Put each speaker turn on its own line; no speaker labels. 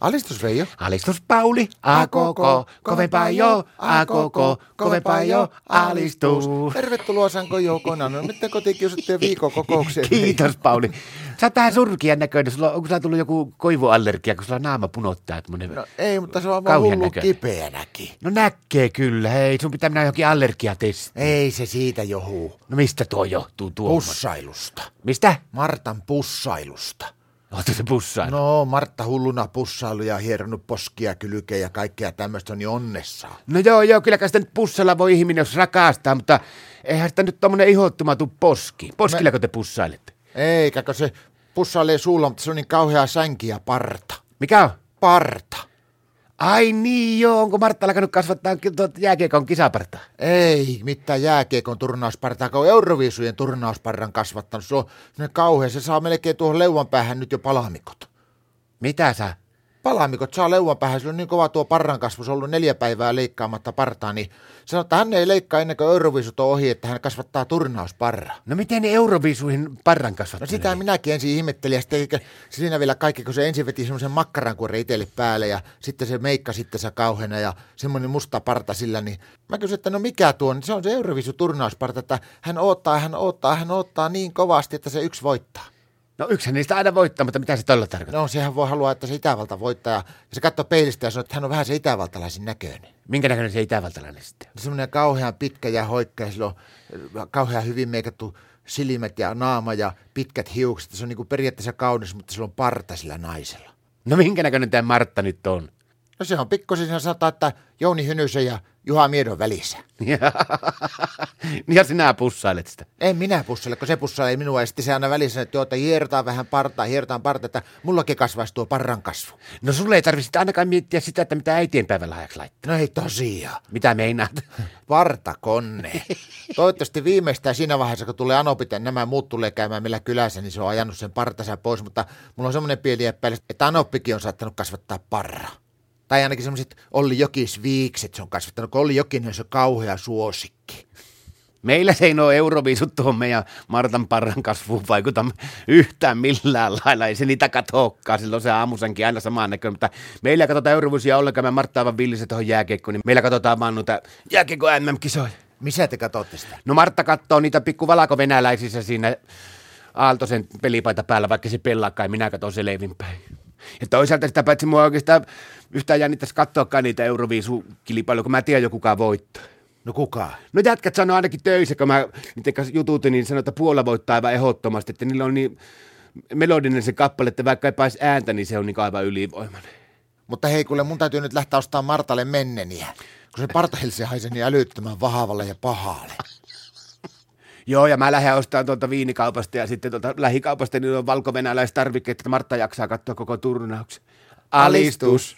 Alistus Veijo.
Alistus Pauli, a koko, kovempaa jo, a koko, kovempaa jo, alistus.
Tervetuloa Sanko Joukona. No nyt te kotikiusattujen viikon kokoukseen.
Kiitos Pauli. Sä oot vähän surkian näköinen. Sulla, onko sulla tullut joku koivuallergia, kun sulla naama punottaa? Tämmönen...
No
No.
ei, mutta se on vaan
Kauhean
hullu
näköinen.
kipeänäkin.
no näkee kyllä, hei. Sun pitää mennä johonkin allergiatestiin.
Ei se siitä johuu.
No mistä tuo johtuu tuo?
Pussailusta.
Mistä?
Martan pussailusta.
Oletko se pussain? No.
No, Martta hulluna pussailu ja hieronut poskia, kylkeä ja kaikkea tämmöistä on niin onnessaan.
no joo, joo, kyllä kai sitä nyt pussalla voi ihminen, jos rakastaa, mutta eihän sitä nyt tommonen ihottuma tuu poski. Poskillako te pussailette?
Eikäkö se pussailee suulla, mutta se on niin kauhea sänki ja parta.
Mikä on?
Parta.
Ai niin joo, onko Martta alkanut kasvattaa ki- tuota jääkiekon kisapartaa?
Ei mitään jääkiekon turnauspartaa, kun on Euroviisujen turnausparran kasvattanut. Se on semmoinen kauhea, se saa melkein tuohon leuan päähän nyt jo palaamikot.
Mitä sä?
Palaamikot saa leuan päähän, sillä on niin kova tuo parran kasvu, se on ollut neljä päivää leikkaamatta partaa, niin sanoo, että hän ei leikkaa ennen kuin Euroviisut on ohi, että hän kasvattaa turnausparraa.
No miten ne Euroviisuihin parran
No
kasvattelee?
sitä minäkin ensin ihmettelin ja sitten eikä- siinä vielä kaikki, kun se ensin veti semmoisen makkarankuoren itselle päälle ja sitten se meikka sitten se kauheena ja semmoinen musta parta sillä, niin mä kysyin, että no mikä tuo, on? se on se Eurovisu turnausparta, että hän odottaa, hän odottaa, hän odottaa niin kovasti, että se yksi voittaa.
No yksihän niistä aina voittaa, mutta mitä se tällä tarkoittaa?
No sehän voi haluaa, että se Itävalta voittaa ja se katsoo peilistä ja sanoo, että hän on vähän se itävaltalaisin näköinen.
Minkä näköinen se itävaltalainen sitten on?
Semmoinen kauhean pitkä ja hoikka ja sillä on äh, kauhean hyvin meikattu silmät ja naama ja pitkät hiukset. Se on niin kuin periaatteessa kaunis, mutta sillä on parta sillä naisella.
No minkä näköinen tämä Martta nyt on?
No se on pikkusen sen sanotaan, että Jouni Hynysen ja Juha Miedon välissä.
ja sinä pussailet sitä.
En minä pussaile, kun se pussailee minua ja sitten se aina välissä, että, joo, että hierotaan vähän partaa, hierotaan partaa, että mullakin kasvaisi tuo parran kasvu.
No sulle ei tarvitse ainakaan miettiä sitä, että mitä äitien päivän lahjaksi laittaa.
No ei tosiaan.
Mitä meinaat?
Vartakonne. Toivottavasti viimeistään siinä vaiheessa, kun tulee anopit ja nämä muut tulee käymään meillä kylässä, niin se on ajanut sen partansa pois, mutta mulla on semmoinen pieni epäilys, että anoppikin on saattanut kasvattaa parra. Tai ainakin semmoiset Olli Jokisviikset se on kasvattanut, kun Olli Jokinen on se kauhea suosikki.
Meillä se ei nuo euroviisut tuohon meidän Martan parran kasvuun vaikuta yhtään millään lailla. Ei se niitä katookaan. Silloin se aamusankin aina samaan näköinen. Mutta meillä ei katsota euroviisuja ollenkaan. Mä Martta aivan villissä tuohon jääkiekkoon. Niin meillä katsotaan vaan noita jääkiekko MM-kisoja.
Missä te katsotte sitä?
No Martta katsoo niitä pikku valako-venäläisissä siinä Aaltosen pelipaita päällä, vaikka se pelaakaan, minä katson se leivin päin. Ja toisaalta sitä paitsi mua oikeastaan yhtään jännittäisi katsoakaan niitä Euroviisukilpailuja, kun mä tiedän jo kuka voittaa.
No kuka?
No jätkät sanoo ainakin töissä, kun mä niiden kanssa jututin, niin sanoo, että Puola voittaa aivan ehdottomasti, että niillä on niin melodinen se kappale, että vaikka ei pääse ääntä, niin se on niin aivan ylivoimainen.
Mutta hei kuule, mun täytyy nyt lähteä ostamaan Martalle menneniä. Kun se partahilse haisee niin älyttömän vahavalle ja pahalle.
Joo, ja mä lähden ostamaan tuolta viinikaupasta ja sitten tuolta lähikaupasta, niin on valko tarvikkeet, että Martta jaksaa katsoa koko turnauksen. Alistus.